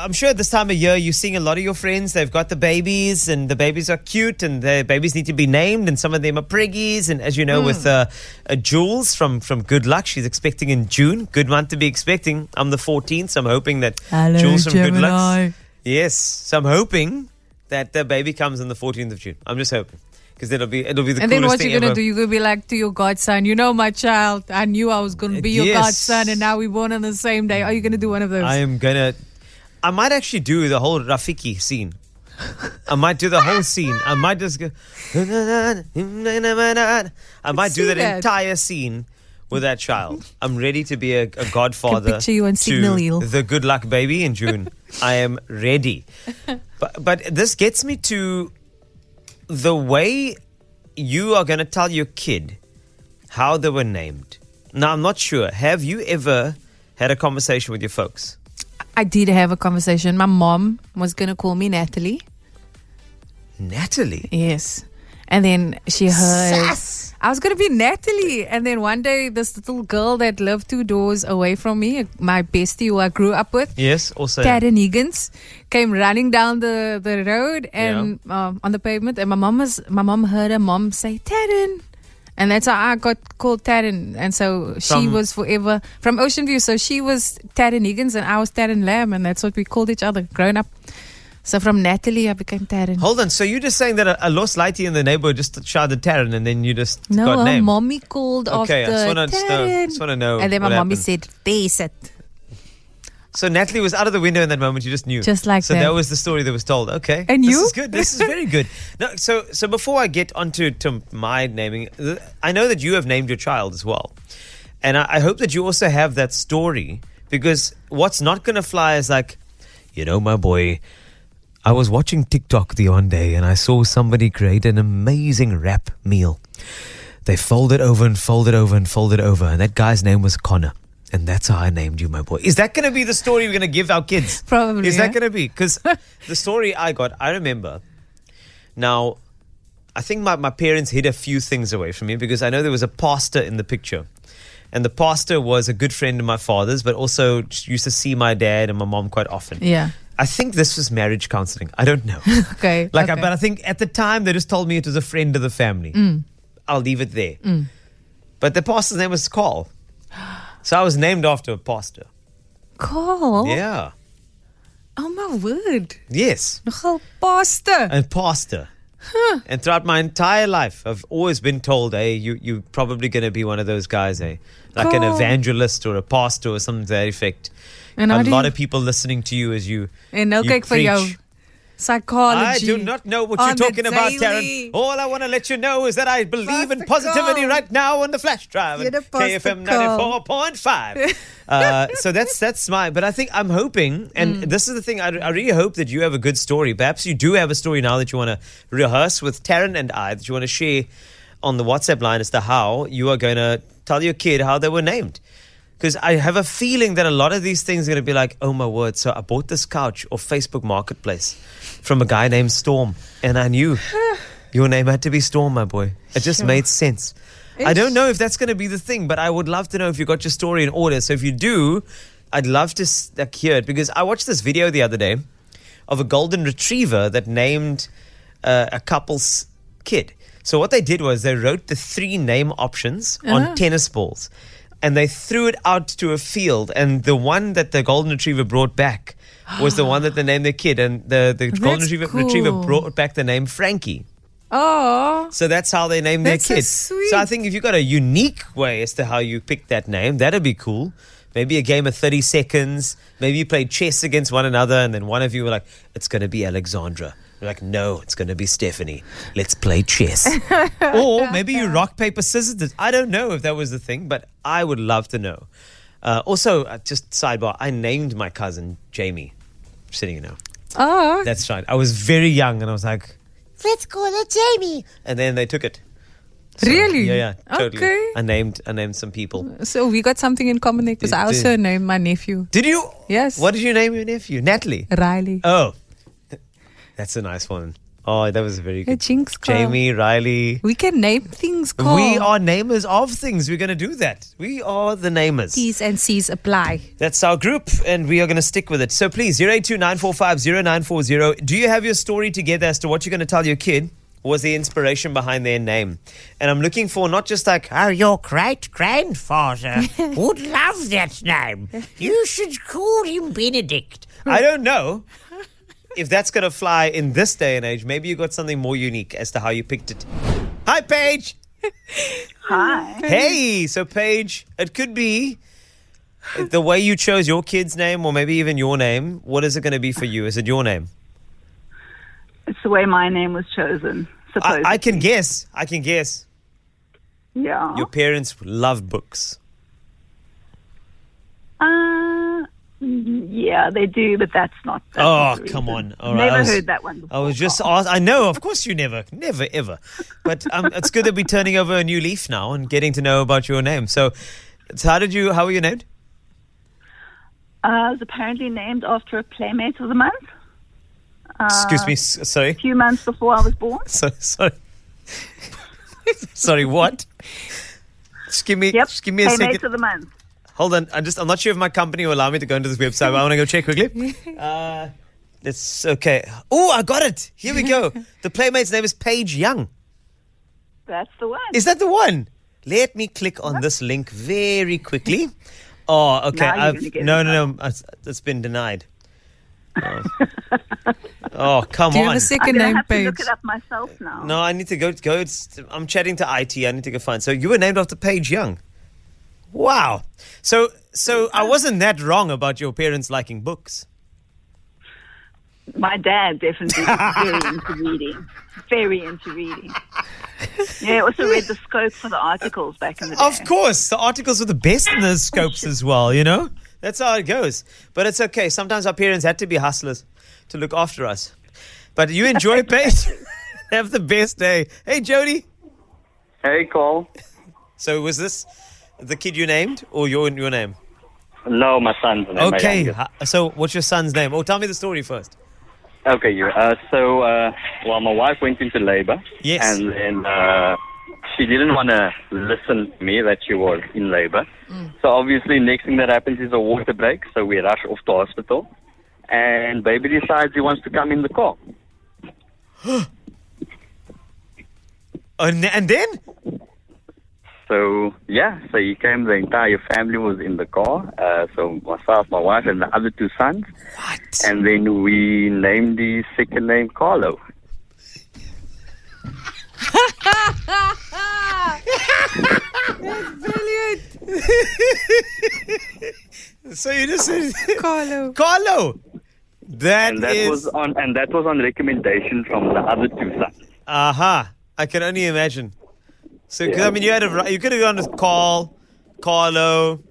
I'm sure this time of year you're seeing a lot of your friends. They've got the babies, and the babies are cute, and the babies need to be named, and some of them are priggies. And as you know, Hmm. with uh, uh, Jules from from Good Luck, she's expecting in June. Good month to be expecting. I'm the 14th, so I'm hoping that Hello, Jules from Good Gemini. Luck. Yes, so I'm hoping that the baby comes on the 14th of June. I'm just hoping because it'll be it'll be the And then coolest what thing you're gonna ever. do? You're gonna be like to your godson, you know, my child. I knew I was gonna be your Yes. godson, and now we're born on the same day. Are you gonna do one of those? I am gonna. I might actually do the whole Rafiki scene. I might do the whole scene. I might just go. I might do see that, that. entire scene with that child. I'm ready to be a, a godfather. picture you on to Signal Hill. The good luck baby in June. I am ready. But but this gets me to the way you are going to tell your kid how they were named. Now I'm not sure. Have you ever had a conversation with your folks? I did have a conversation. My mom was gonna call me Natalie. Natalie. Yes. And then she heard Sass. I was gonna be Natalie. And then one day this little girl that lived two doors away from me, my bestie who I grew up with, Yes, also. Karen Higgins came running down the, the road and um, on the pavement, and my mom was my mom heard her mom say Taryn, and that's how I got called Taryn, and so she From- was forever from Ocean View. So she was Taryn Higgins, and I was Taryn Lamb, and that's what we called each other growing up. So from Natalie, I became Taryn. Hold on. So you're just saying that a, a lost lighty in the neighborhood just shouted Taryn and then you just no, got her named. mommy called Okay, I after just wanna just know- Taryn. just wanna know And then my what mommy happened. said, "Face it." So Natalie was out of the window in that moment. You just knew, Just like so. That. that. was the story that was told. Okay, And this you? is good. This is very good. No, so so before I get onto to my naming, th- I know that you have named your child as well, and I, I hope that you also have that story because what's not going to fly is like, you know, my boy. I was watching TikTok the one day and I saw somebody create an amazing wrap meal. They fold it over and fold it over and fold it over, and that guy's name was Connor. And that's how I named you, my boy. Is that going to be the story we're going to give our kids? Probably, Is that Oh, yeah. going to be? Because the story I got, I remember. Now, I think my, my parents hid a few things away from me because I know there was a pastor in the picture. And the pastor was a good friend of my father's, but also used to see my dad and my mom quite often. Yeah. I think this was marriage counseling. I don't know. Okay. Like, I, okay. but I think at the time they just told me it was a friend of the family. Mm. I'll leave it there. But the pastor's name was Carl, so I was named after a pastor. call. Yeah. Oh my word! Yes, Nogal pasta. a pastor. And throughout my entire life, I've always been told, "Hey, you you're probably going to be one of those guys, eh? Like an Carl. evangelist or a pastor or something to that effect." And how a do lot you- of people listening to you as you En nou you kyk vir jou preach. psychology. I do not know what you're on the talking about, Taryn. daily. All I want to let you know is that I believe in Pastor positivity Cole. right now on the flash drive. You're and the Pastor KFM Cole. 94.5. uh, so that's that's my, but I think I'm hoping, and Mm. this is the thing, I, I really hope that you have a good story. Perhaps you do have a story now that you want to rehearse with Taryn and I, that you want to share on the WhatsApp line as to how you are going to tell your kid how they were named. Because I have a feeling that a lot of these things are going to be like, oh my word, so I bought this couch or Facebook Marketplace from a guy named Storm, and I knew your name had to be Storm, my boy. It just Sure. made sense. I don't know if that's going to be the thing, but I would love to know if you got your story in order. So if you do, I'd love to s- like, hear it because I watched this video the other day of a golden retriever that named uh, a couple's kid. So what they did was they wrote the three name options Uh-huh. on tennis balls, and they threw it out to a field. And the one that the golden retriever brought back was the one that they named their kid, and the, the golden That's retriever, retriever cool. brought back the name Frankie. Oh, So that's how they name their That's so kids. sweet. I think if you got a unique way as to how you pick that name, that'd be cool. Maybe a game of 30 seconds. Maybe you play chess against one another, and then one of you were like, it's going to be Alexandra. You're like, no, it's going to be Stephanie. Let's play chess. or maybe you rock, paper, scissors. it. I don't know if that was the thing, but I would love to know. Uh, also, uh, just sidebar, I named my cousin Jamie. Sitting here now. oh, That's right. I was very young, and I was like, Let's call her Jamie. and then they took it. really? Yeah, yeah, totally. Okay. I named I named some people. So we got something in common there because I Did- also named my nephew Did you? Yes. What did you name your nephew? Natalie. Riley. Oh, that's a nice one. Oh, that was very A good. jinx call. Jamie, Riley. We can name things called. We are namers of things. We're going to do that. We are the namers. T's and C's apply. That's our group, and we are going to stick with it. So please, 0829450940. Do you have your story together as to what you're going to tell your kid? Was the inspiration behind their name? And I'm looking for not just like, Oh, your great grandfather would love that name. You should call him Benedict. I don't know if that's going to fly in this day and age. Maybe you got something more unique as to how you picked it. Hi, Paige. Hi. Hey, so Paige, it could be the way you chose your kid's name or maybe even your name. What is it going to be for you? Is it your name? It's the way my name was chosen, I, supposedly. I can guess. I can guess. yeah. Your parents love books. Uh, yeah, they do, but that's not. That's Oh, not the come reason. on. All right. Never I was- heard that one before. I was just asked. I know, of course, you never, never, ever. But um, it's good that we're turning over a new leaf now and getting to know about your name. So, so how did you? How were you named? Uh, I was apparently named after a playmate of the month a Excuse Uh, me. s- Sorry. few months before I was born. So, sorry. sorry. What? Just give me. Yep. Just give me a playmate second. of the month. Hold on. I'm just. I'm not sure if my company will allow me to go into this website. but I want to go check quickly. Uh, it's okay. Oh, I got it. Here we go. The playmate's name is Paige Young. That's the one. Is that the one? Let me click on this link very quickly. Oh, okay. Now you're I've, gonna get no, it no, no. It's it's been denied. Oh, Oh, come Do you on. have a I'm second gonna name, have to Paige? look it up myself now. no, I need to go. Go. It's, I'm chatting to IT. I need to go find. So you were named after Paige Young. Wow. So so I wasn't that wrong about your parents liking books. My dad definitely was very into reading. Very into reading. Yeah, I also read the scope for the articles back in the day. Of course, the articles were the best in the scopes as well, you know? That's how it goes. But it's okay. Sometimes our parents had to be hustlers to look after us. But you enjoy Paige. Have the best day. Hey, Jody. Hey, Cole. So, was this the kid you named or your, your name? No, my son's name. my okay. youngest. Ha- So, what's your son's name? Oh, tell me the story first. Okay, you. Uh, so, uh, well, my wife went into labor. Yes. And then uh, she didn't want to listen to me that she was in labor. So, obviously, next thing that happens is a water break. So, we rush off to hospital. And baby decides he wants to come in the car. And, Oh, and then? So, yeah, so he came, the entire family was in the car. Uh, so, myself, my wife, and the other two sons. What? And then we named the second name Carlo. Brilliant, so, you just said Carlo. Carlo. That and that is- was on and that was on recommendation from the other two sons. Aha! I can only imagine. So 'cause, I mean, you had a ri- you could have gone with Carl, Carlo,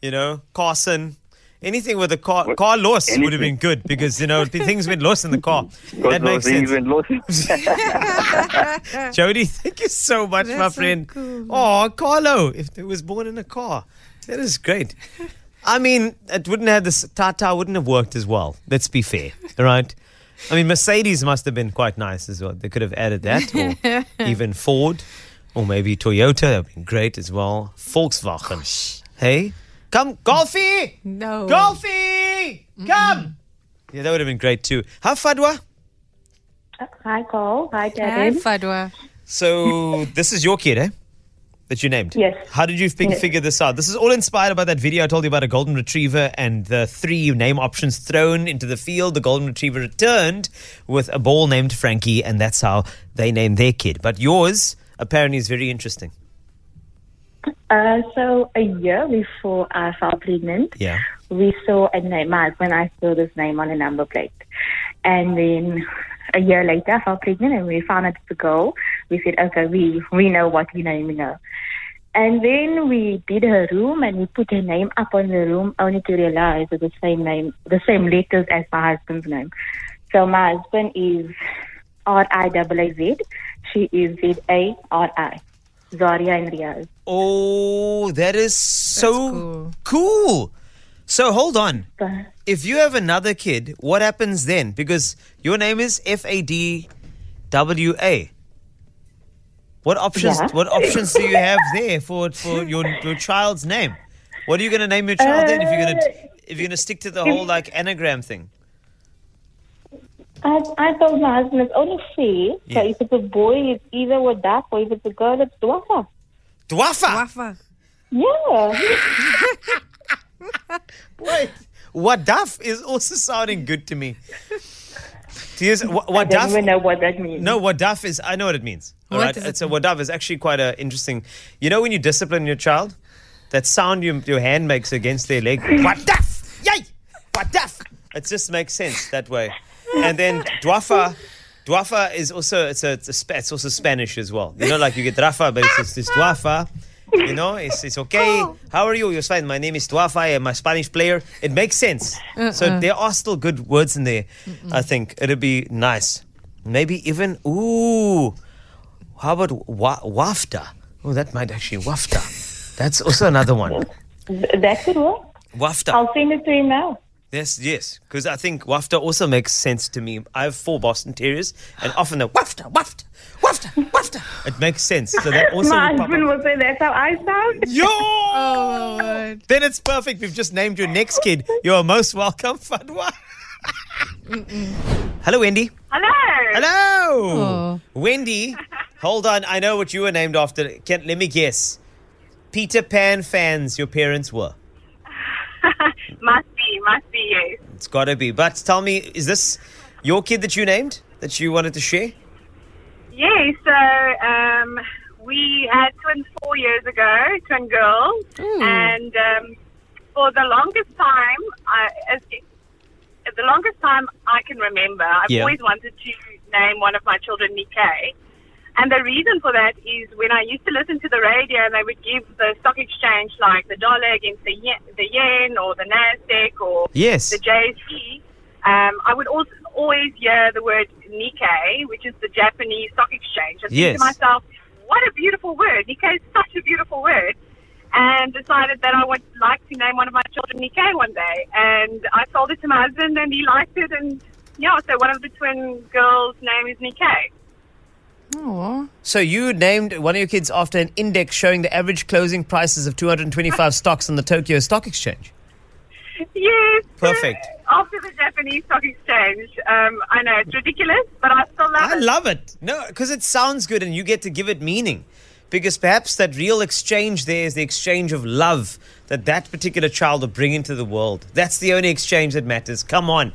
you know, Carson. Anything with a car, car loss would have been Anything. good because you know the things went lost in the car. Because That makes those things sense. went lost. Jody, thank you so much, my That's so friend. cool. Oh, Carlo, if it was born in a car, that is great. I mean, it wouldn't have this Tata wouldn't have worked as well. Let's be fair, right? I mean, Mercedes must have been quite nice as well. They could have added that, or even Ford, or maybe Toyota. That'd been great as well. Volkswagen. Hey, come, Golfy, No. Golfy, come. Yeah, that would have been great too. How Fadwa? Hi, Cole. Hi, Hi, Devin. Fadwa. So this is your kid, eh? That you named. Yes. How did you fig- figure this out? This is all inspired by that video I told you about a golden retriever and the three name options thrown into the field. The golden retriever returned with a ball named Frankie, and that's how they named their kid. But yours apparently is very interesting. Uh, so a year before I fell pregnant, Yeah. we saw a name. My husband, I saw this name on a number plate, and then a year later, I fell pregnant, and we found out it's a girl. We said, okay, we we know what we naming her. And then we did her room, and we put her name up on the room, only to realize it's the same name, the same letters as my husband's name. So my husband is R I double A Z. She is Z A R I. Zaria and Riaz. Oh, that is so cool. cool. So hold on. But- If you have another kid, what happens then? Because your name is F A D WA. What options? Yeah. What options do you have there for for your your child's name? What are you going to name your child then? If you're going Uh, to if you're going to stick to the whole like anagram thing, I, I told my husband it's only fair. Yeah. So if it's a boy, it's either Wadak, or if it's a girl, it's Dwaka. Dwafa. Wafa. Yeah. Wait, Wadaf is also sounding good to me. Do you, wa- I don't Wadaf? even know what that means. No, Wadaf is. I know what it means. All What right, Uh, does it it's a Wadaf is actually quite a interesting. You know when you discipline your child, that sound you, your hand makes against their leg. Wadaf, yay, Wadaf. It just makes sense that way. And then Dwafa, Dwafa is also it's a, it's a Spa- it's also Spanish as well. You know, like you get Rafa, but it's, it's, it's Dwafa. You know, it's, it's okay. How are you? You're fine. My name is Dwafa. I'm a Spanish player. It makes sense. Uh-uh. So there are still good words in there. I think it'd be nice. Maybe even ooh. How about wa- wafta? Oh, that might actually wafta. That's also another one. Th- That could work. Wafta. I'll send it to him now. Yes, yes, because I think wafter also makes sense to me. I have four Boston Terriers, and often the wafter, wafter, wafter, wafter. It makes sense. So that also. my would pop husband up. will say that's how I sound. Yo! Oh, my word. Then it's perfect. We've just named your next kid. You are most welcome, Fadwa. Hello, Wendy. Hello. Hello, Oh. Wendy. Hold on. I know what you were named after. Can, let me guess. Peter Pan fans. Your parents were. Must be, must be you. It's got to be. But tell me, is this your kid that you named that you wanted to share? Yeah, so um, we had twins four years ago, twin girls, and um, for the longest time, I, as, the longest time I can remember, I've Yeah. always wanted to name one of my children Nikkei. And the reason for that is when I used to listen to the radio and they would give the stock exchange like the dollar against the yen, the yen or the Nasdaq or Yes. the JSE, um, I would also always hear the word Nikkei, which is the Japanese stock exchange. And Yes. think to myself, what a beautiful word. Nikkei is such a beautiful word. And decided that I would like to name one of my children Nikkei one day. And I sold it to my husband and he liked it. And yeah, so one of the twin girls' name is Nikkei. Oh, So you named one of your kids after an index showing the average closing prices of 225 stocks on the Tokyo Stock Exchange. Yes. Perfect. After the Japanese stock exchange. Um, I know, it's ridiculous, but I still love I it. love it. No, because it sounds good and you get to give it meaning. Because perhaps that real exchange there is the exchange of love that that particular child will bring into the world. That's the only exchange that matters. Come on.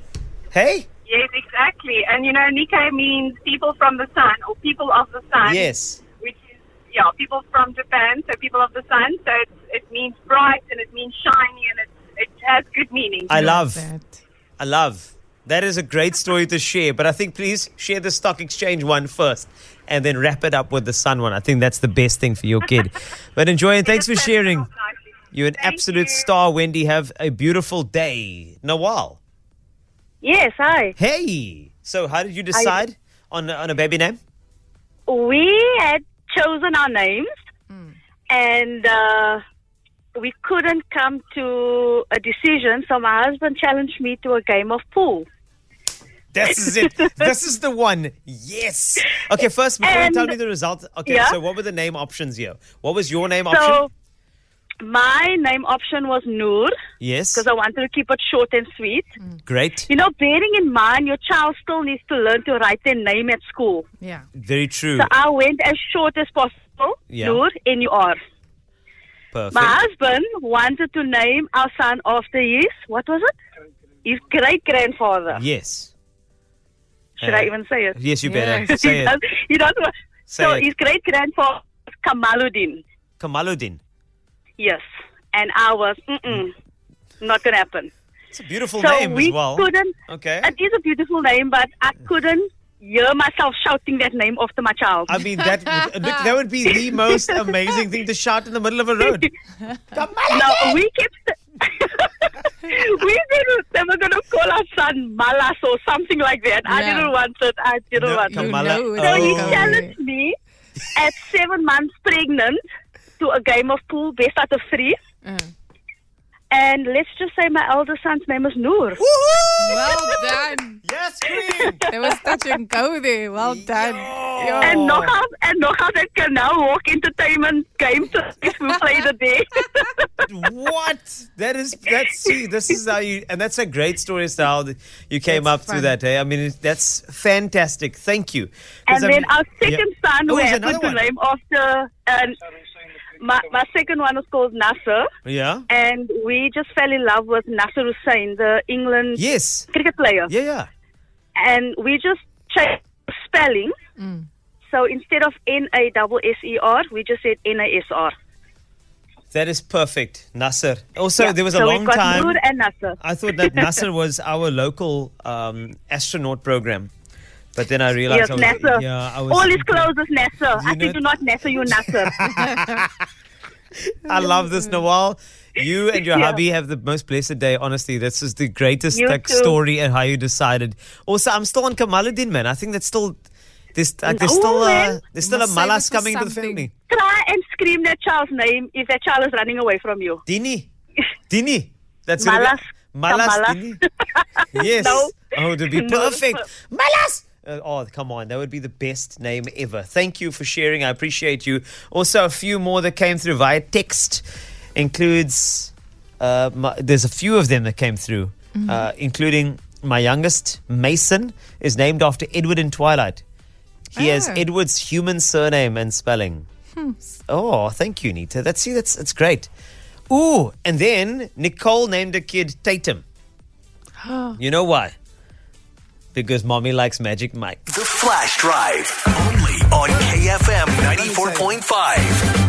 Hey? Yes, exactly. And you know, Nikkei means people from the sun or people of the sun. Yes. Which is, yeah, people from Japan, so people of the sun. So it's, it means bright and it means shiny and it, it has good meaning. I love. that. I love. That is a great story to share, but I think please share the stock exchange one first and then wrap it up with the sun one. I think that's the best thing for your kid. But enjoy and thanks for Just sharing. sounds nicely. You're an Thank absolute you. star, Wendy. Have a beautiful day. Nawal. Yes, hi. Hey. So, how did you decide on, on a baby name? We had chosen our names and uh, we couldn't come to a decision, so my husband challenged me to a game of pool. This is it. this is the one. Yes. Okay, first, before And- you tell me the result, okay, Yeah. so what were the name options here? What was your name option? So my name option was Noor Yes. because I wanted to keep it short and sweet. Great. You know, bearing in mind your child still needs to learn to write their name at school. Yeah. Very true. So I went as short as possible, Yeah. Noor, N-U-R. Perfect. My husband wanted to name our son after his, what was it? His great grandfather. Yes. Should Uh, I even say it? Yes, you Yeah. better. Say he, it. does, he doesn't want- Say so it. his great grandfather was Kamaluddin. Kamaluddin. Yes. And I was, mm-mm, not going to happen. It's a beautiful So name we as well. couldn't. Okay. It is a beautiful name, but I couldn't hear myself shouting that name after my child. I mean, that would, look, that would be the most amazing thing to shout in the middle of a road. no, we kept. we said they were going to call our son Malas or something like that. I Yeah. didn't want it. I didn't No, want come it. You Kamala- know it's So So he Oh. challenged me at seven months pregnant to a game of pool based out of three. Uh, And let's just say my elder son's name is Noor. Woohoo! well done. Yes, Queen! There was let you go there. Well done. Yo. And nogal and nogal that can now walk entertainment game to who play the day. what? That is that's see, this is how you and that's a great story as to how th- you came up fun. through that. Hey, I mean it, that's fantastic. Thank you. 'Cause and I then mean- our second yeah. son Oh, we there's happened another one. to name after and my, my second one was called Nasser Yeah. and we just fell in love with Nasser Hussain, the England Yes. cricket player. Yeah, yeah. and we just changed the spelling. So instead of N A double S E R, we just said N A S R. That is perfect. Nasser. Also, Yeah. there was a so long we've got time Noor and Nasser. I thought that Nasser was our local um, astronaut program. But then I realized yes, I was, Nasser. yeah, I was All his clothes is Nasser. I know- said, do not Nasser, you Nasser. I love this, Nawal. You and your Mm. Yeah. hubby have the most blessed day, honestly. This is the greatest You like, too. story and how you decided. Also, I'm still on Kamaluddin, man. I think that's still there's like, there's No, still a, man. there's still a Must save malas us for coming into the something. family. Try and scream that child's name if that child is running away from you. Dini. Dini. That's gonna Malas. Be, malas, Malas. Dini. Yes. No. Oh, it would be No. perfect. Malas. Uh, oh, come on. That would be the best name ever. Thank you for sharing. I appreciate you. Also, a few more that came through via text includes. Uh, my, there's a few of them that came through, uh, including my youngest, Mason, is named after Edward in Twilight. He has Oh. Edward's human surname and spelling. Oh, thank you, Nita. That's see, that's it's great. Ooh, and then Nicole named a kid Tatum. you know why? Because mommy likes Magic Mike. The Flash Drive. Only on KFM 94.5.